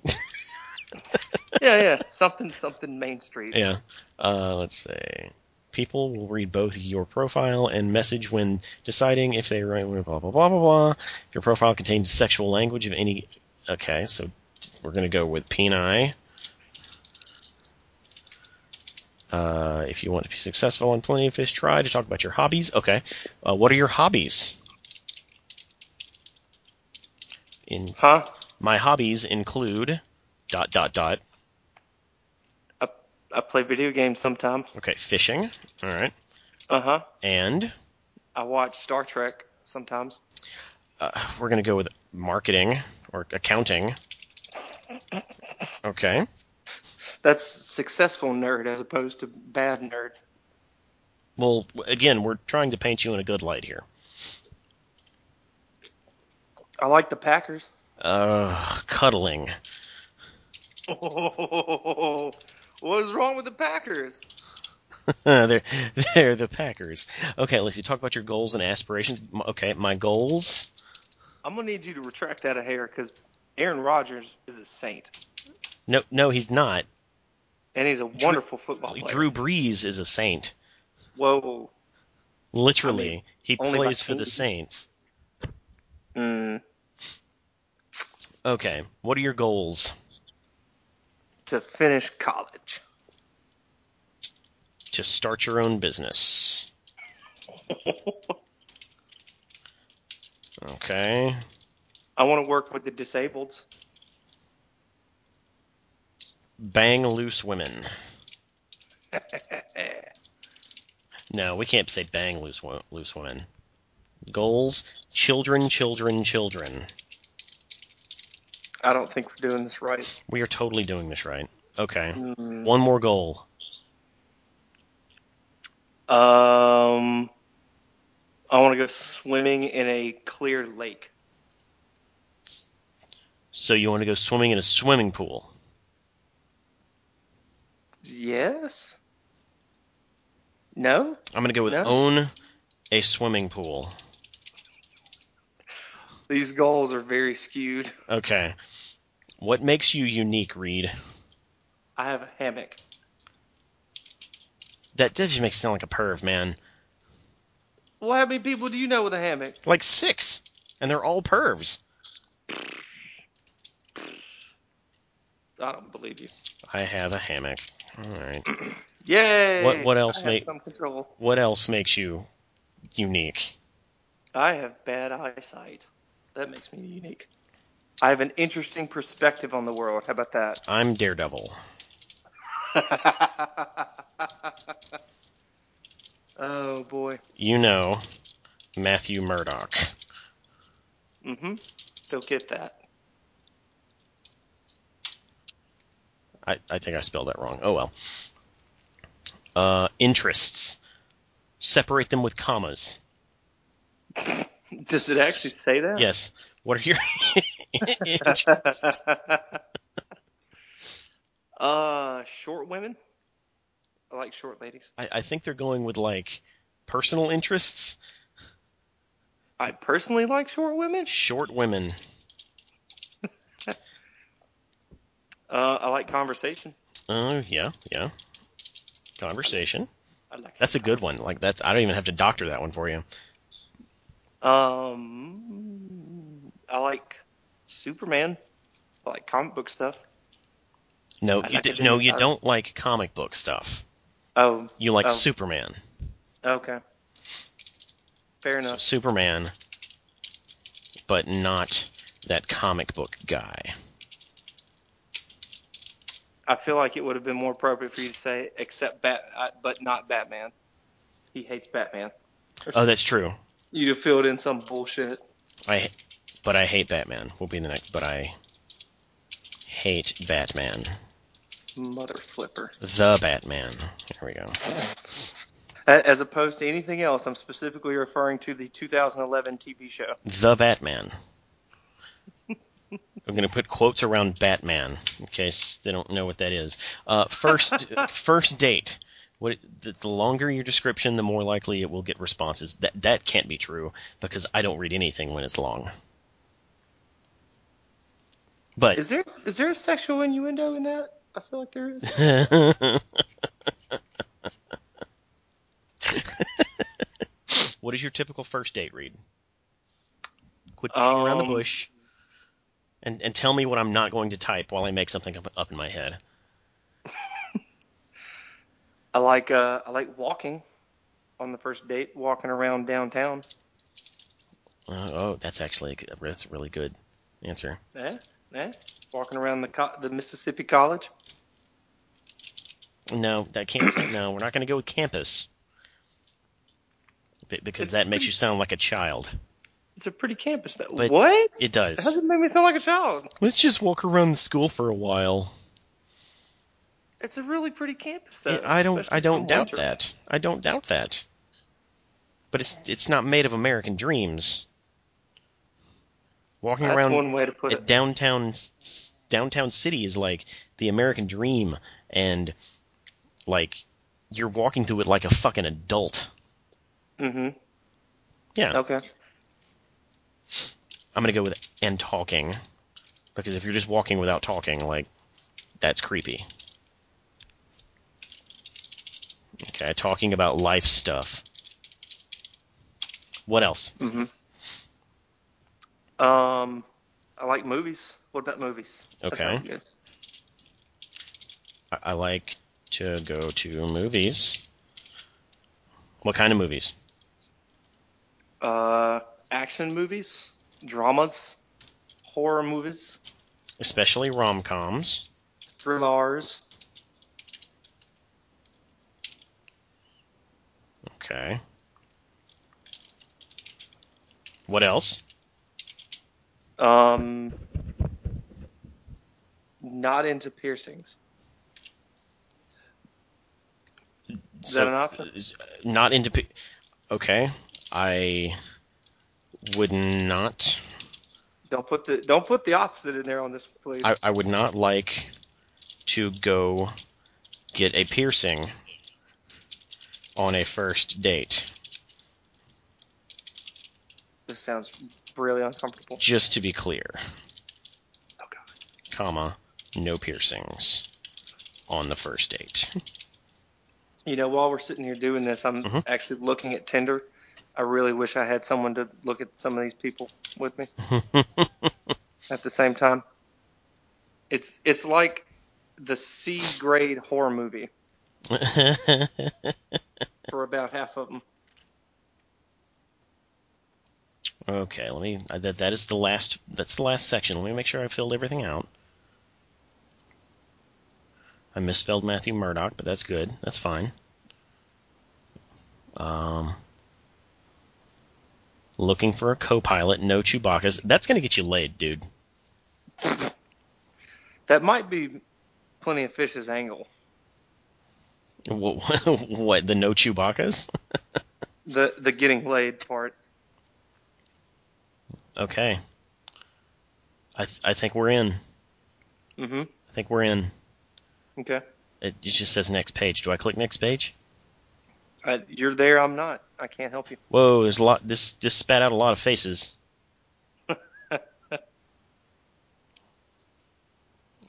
Yeah, yeah. Something something Main Street. yeah. Uh, let's say people will read both your profile and message when deciding if they write blah blah blah blah blah. Your profile contains sexual language of any. Okay, so we're gonna go with peni. Uh, if you want to be successful on Plenty of Fish, try to talk about your hobbies. Okay, uh, what are your hobbies? In Huh? my hobbies include dot dot dot. I play video games sometime. Okay, fishing. All right, Uh huh. and I watch Star Trek sometimes. uh, we're going to go with marketing or accounting. Okay. That's successful nerd as opposed to bad nerd. Well, again, we're trying to paint you in a good light here. I like the Packers. Uh, cuddling. Oh, what is wrong with the Packers? they're they're the Packers. Okay, let's see. Talk about your goals and aspirations. M- Okay, my goals. I'm gonna need you to retract that a hair because Aaron Rodgers is a saint No, no, he's not. and he's a wonderful football player. Drew Brees is a saint. Whoa. Literally, I mean, he only my plays for the team. Saints. Mm, Okay, what are your goals? to finish college. To start your own business. Okay. I want to work with the disabled. bang loose women. no, we can't say bang loose wo- loose women. Goals: children, children, children. I don't think we're doing this right. We are totally doing this right. Okay, Mm. one more goal. Um, I want to go swimming in a clear lake. So you want to go swimming in a swimming pool? Yes. No. I'm gonna go with No. own a swimming pool. These goals are very skewed. Okay. What makes you unique, Reed? I have a hammock. That that just makes you sound like a perv, man. Well, how many people do you know with a hammock? Like six, and they're all pervs. I don't believe you. I have a hammock. All right. Yay! What- what else, I mate? Have some control. What else makes you unique? I have bad eyesight. That makes me unique. I have an interesting perspective on the world. How about that? I'm Daredevil. oh boy. You know, Matthew Murdock. Mm-hmm. Go get that. I, I think I spelled that wrong. Oh well. Uh, interests. Separate them with commas. Does it actually say that? Yes. What are your interests? Uh, short women. I like short ladies. I, I think they're going with like personal interests. I personally like short women. Short women. Uh, I like conversation. Oh yeah, yeah. Conversation. I like. That's a good one. Like that's. I don't even have to doctor that one for you. Um, I like Superman. I like comic book stuff. No, I you like d- it. no, you I- don't like comic book stuff. Oh, You like Oh. Superman. okay. Fair So enough. Superman, but not that comic book guy. I feel like it would have been more appropriate for you to say, except Bat, I, but not Batman. He hates Batman. Oh, that's true. You filled in some bullshit. I, but I hate Batman. Will be the next. But I hate Batman. Mother flipper. The Batman. There we go. A- As opposed to anything else, I'm specifically referring to the 2011 TV show. The Batman. I'm going to put quotes around Batman in case they don't know what that is. Uh, first, first date. What the, the longer your description, the more likely it will get responses. That that can't be true because I don't read anything when it's long. But Is there is there a sexual innuendo in that? I feel like there is. what is your typical first date read? Quit beating around the Um, bush, and and tell me what I'm not going to type while I make something up, up in my head. I like uh, I like walking on the first date, walking around downtown. Uh, oh, that's actually a g- that's a really good answer. Eh? Eh? Walking around the co- the Mississippi College. No, that can't. say- no, we're not going to go with campus Be- because that makes you sound like a child. It's a pretty campus. Though. But- what? It How does does. it make me sound like a child? Let's just walk around the school for a while. It's a really pretty campus. Though, I don't. especially I don't in doubt winter. that. I don't doubt that. But it's it's not made of American dreams. Walking That's around one way to put at it. downtown s- s- downtown city is like the American dream, and like you're walking through it like a fucking adult. hmm Yeah, Okay. I'm gonna go with and talking, because if you're just walking without talking, like that's creepy. Okay, talking about life stuff. What else? hmm Um, I like movies. What about movies? That Okay. sounds good. I, I like to go to movies. What kind of movies? Uh, action movies, dramas, horror movies, Especially rom coms. thrillers. Okay. What else? Um, not into piercings. Is that an option? is- uh, Not into. pe- Okay, I would not. Don't put the don't put the opposite in there on this, please. I, I would not like to go get a piercing on a first date. this sounds really uncomfortable. Just to be clear, Oh god. comma, no piercings on the first date. You know, while we're sitting here doing this, I'm Mhm. actually looking at Tinder. I really wish I had someone to look at some of these people with me at the same time. It's it's like the C grade horror movie for about half of them. okay, let me. That that is the last. That's the last section. Let me make sure I filled everything out. I misspelled Matthew Murdoch, but that's good. That's fine. Um, looking for a co-pilot. No Chewbacca's. That's gonna get you laid, dude. That might be plenty of fish's angle. What? what the no Chewbacca's? The the getting laid part. Okay. I th- I think we're in. Mm-hmm. I think we're in. Okay. It, it just says next page. Do I click next page? I, you're there. I'm not. I can't help you. Whoa, there's a lot. This this spat out a lot of faces.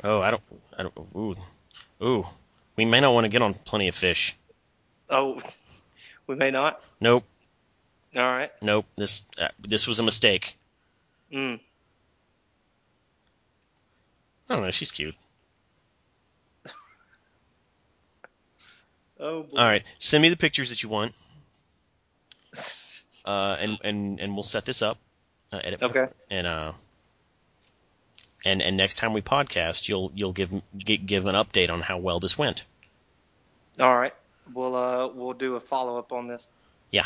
oh, I don't. I don't. Ooh, ooh. We may not want to get on plenty of fish. Oh, we may not. Nope, All right. nope. This uh, this was a mistake. Mm. I don't know. She's cute. Oh, boy. All right, send me the pictures that you want, uh, and and and we'll set this up. Uh, edit. Okay. And uh, and and next time we podcast, you'll you'll give gi- give an update on how well this went. All right. We'll uh we'll do a follow up on this. Yeah.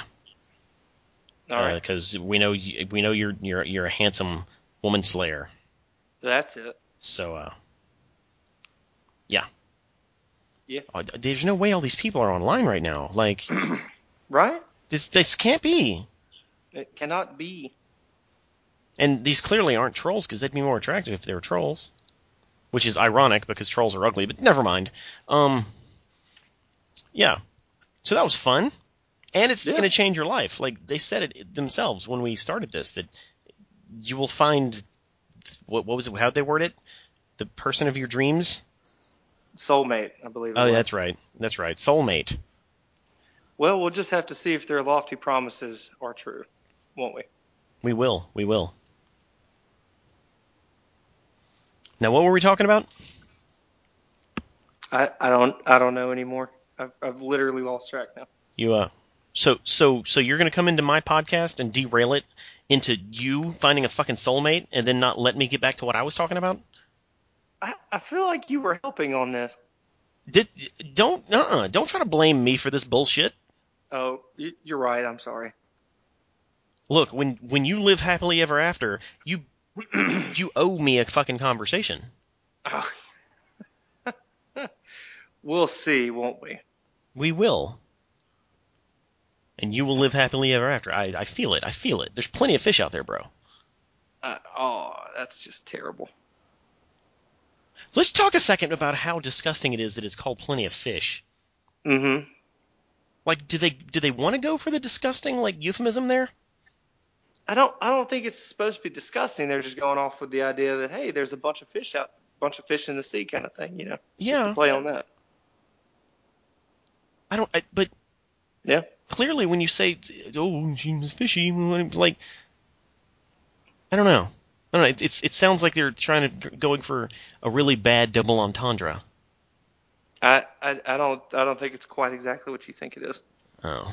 All right. Because Uh, we know you, we know you're you're you're a handsome woman slayer. That's it. So uh, yeah. Yeah. Oh, th- there's no way all these people are online right now. Like Right? this this can't be. It cannot be. And these clearly aren't trolls because they'd be more attractive if they were trolls, which is ironic because trolls are ugly. But never mind. Um, yeah. So that was fun, and it's Yeah. going to change your life. Like they said it themselves when we started this that you will find what what was it? How would they word it? The person of your dreams. Soulmate, I believe. it Oh, was. that's right. That's right. Soulmate. Well, we'll just have to see if their lofty promises are true, won't we? We will. We will. Now, what were we talking about? I, I don't I don't know anymore. I've, I've literally lost track now. You uh so so so you're gonna come into my podcast and derail it into you finding a fucking soulmate and then not let me get back to what I was talking about? I, I feel like you were helping on this. Did, don't uh uh-uh, don't try to blame me for this bullshit. Oh, you, you're right. I'm sorry. Look, when when you live happily ever after, you you owe me a fucking conversation. Oh. we'll see, won't we? We will. And you will live happily ever after. I, I feel it. I feel it. There's plenty of fish out there, bro. Uh, oh, that's just terrible. Let's talk a second about how disgusting it is that it's called plenty of fish. Mm-hmm. Like, do they do they want to go for the disgusting like euphemism there? I don't I don't think it's supposed to be disgusting. They're just going off with the idea that hey, there's a bunch of fish out, bunch of fish in the sea, kind of thing. You know, Yeah, play on that. I don't. I, but Yeah. clearly, when you say "oh, she's fishy," like, I don't know. I don't know. It, it's it sounds like they're trying to going for a really bad double entendre. I, I I don't I don't think it's quite exactly what you think it is. Oh,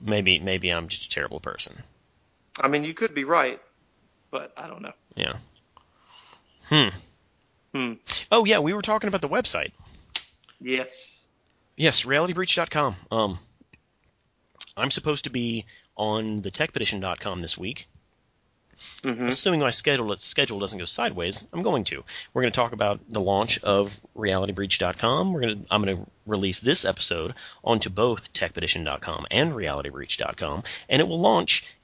maybe maybe I'm just a terrible person. I mean, you could be right, but I don't know. Yeah. Hmm. Hmm. Oh yeah, we were talking about the website. Yes. Yes, realitybreach.com. Um, I'm supposed to be on the techpedition.com this week. Mm-hmm. assuming my schedule schedule doesn't go sideways, I'm going to. We're going to talk about the launch of realitybreach.com. We're going to I'm going to release this episode onto both techpedition.com and realitybreach.com and it will launch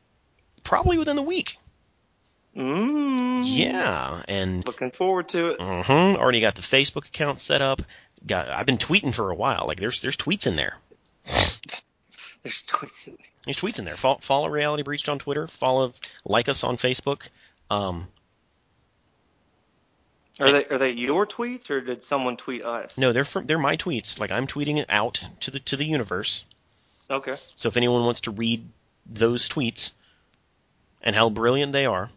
probably within the week. Mm. Yeah, and Looking forward to it. mhm, already got the Facebook account set up. Got I've been tweeting for a while. Like there's there's tweets in there. There's tweets in there. There's tweets in there. Follow, follow Reality Breached on Twitter. Follow like us on Facebook. Um, Are they are they your tweets or did someone tweet us? no, they're from, they're my tweets. Like I'm tweeting it out to the to the universe. Okay. So if anyone wants to read those tweets and how brilliant they are,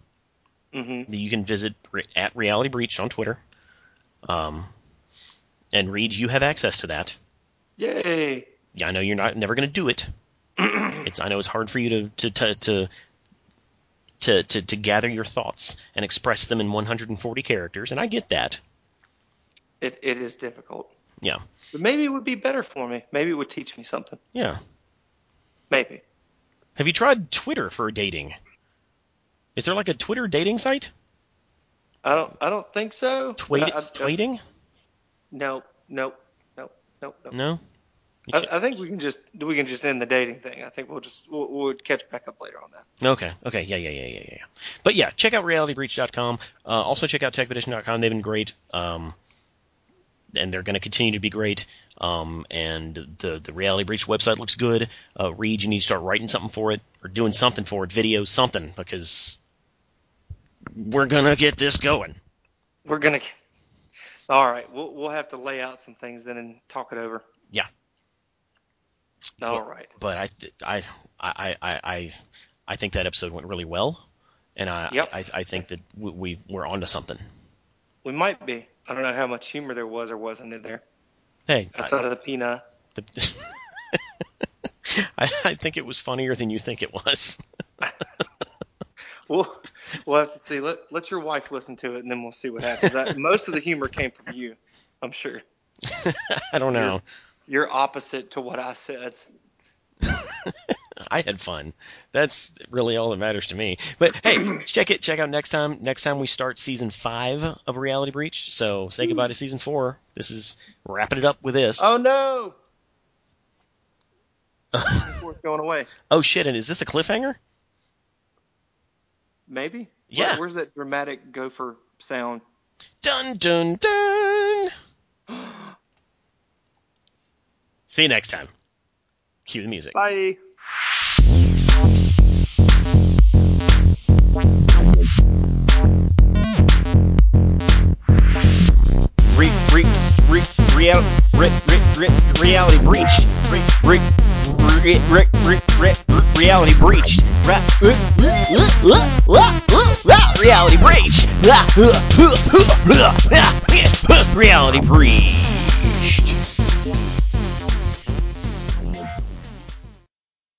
Mm-hmm. you can visit re- at Reality Breach on Twitter, um, and read. You have access to that. Yay. Yeah, I know you're not never going to do it. it's I know it's hard for you to to to. to to, to, to gather your thoughts and express them in 140 characters, and I get that. It it is difficult. Yeah, But maybe it would be better for me. Maybe it would teach me something. yeah. Maybe. Have you tried Twitter for dating? Is there like a Twitter dating site? I don't I don't think so. Tweet, I, I, tweeting? No, no, no, no, no. No. You I, can't- I think we can just we can just end the dating thing. I think we'll just we'll, we'll catch back up later on that. Okay. Okay. Yeah. Yeah. Yeah. Yeah. Yeah. yeah. But yeah, check out realitybreach.com. Uh, also check out techpedition.com. They've been great. Um, and they're going to continue to be great. Um, and the the Reality Breach website looks good. Uh, Reed, you need to start writing something for it or doing something for it, video something, because we're gonna get this going. We're gonna. All right, we'll we'll have to lay out some things then and talk it over. Yeah. All right. But I th- I I I I I think that episode went really well, and I Yep. I, I think that we, we we're onto something. We might be. I don't know how much humor there was or wasn't in there. Hey, I, Outside of the peanut. the- I, I think it was funnier than you think it was. We'll, we'll have to see. Let, let your wife listen to it, and then we'll see what happens. I, most of the humor came from you, I'm sure. I don't know. You're opposite to what I said. I had fun. That's really all that matters to me. But hey, check it. Check out next time. Next time we start season five of Reality Breach. So say goodbye to season four. This is wrapping it up with this. Oh, no. Before it's going away. Oh, shit! And is this a cliffhanger? Maybe. Where- Yeah. where's that dramatic gopher sound? Dun dun dun. See you next time. Cue the music. Bye. re, re, re, real, re, re, re, reality breached. Re, re, re, re, re, re, reality breached. Ra- uh, uh, uh, uh, uh, uh, uh, Reality breached. Ra- uh, uh, uh, uh, uh, uh, uh, Reality breached.